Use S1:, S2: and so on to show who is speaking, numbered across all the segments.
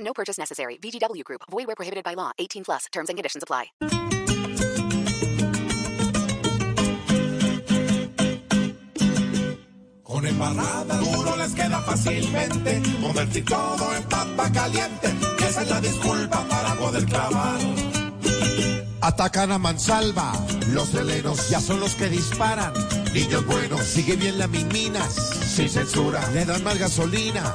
S1: No purchase necessary. VGW Group. Void where prohibited by law. 18 plus. Terms and conditions apply.
S2: Con embarrada duro les queda fácilmente convertir todo en papa caliente. Y esa es la disculpa para poder clavar. Atacan a mansalva, los helenos ya son los que disparan. Niños buenos, sigue bien las minas, sin censura. Le dan más gasolina,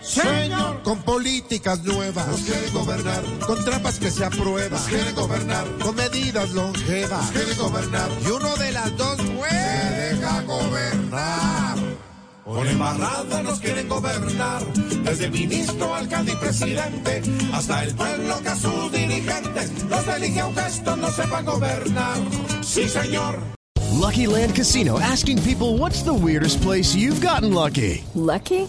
S2: señor, con políticas nuevas nos quiere gobernar, con trampas que se aprueban, nos quiere gobernar, con medidas longevas, nos quiere gobernar. Y uno de las dos se deja gobernar. Con embarrada nos quieren gobernar, desde el ministro, alcalde y presidente, hasta el pueblo que a sus dirigentes los elige aunque estos no sepan gobernar. Sí, señor.
S3: Lucky Land Casino asking people what's the weirdest place you've gotten lucky?
S4: Lucky?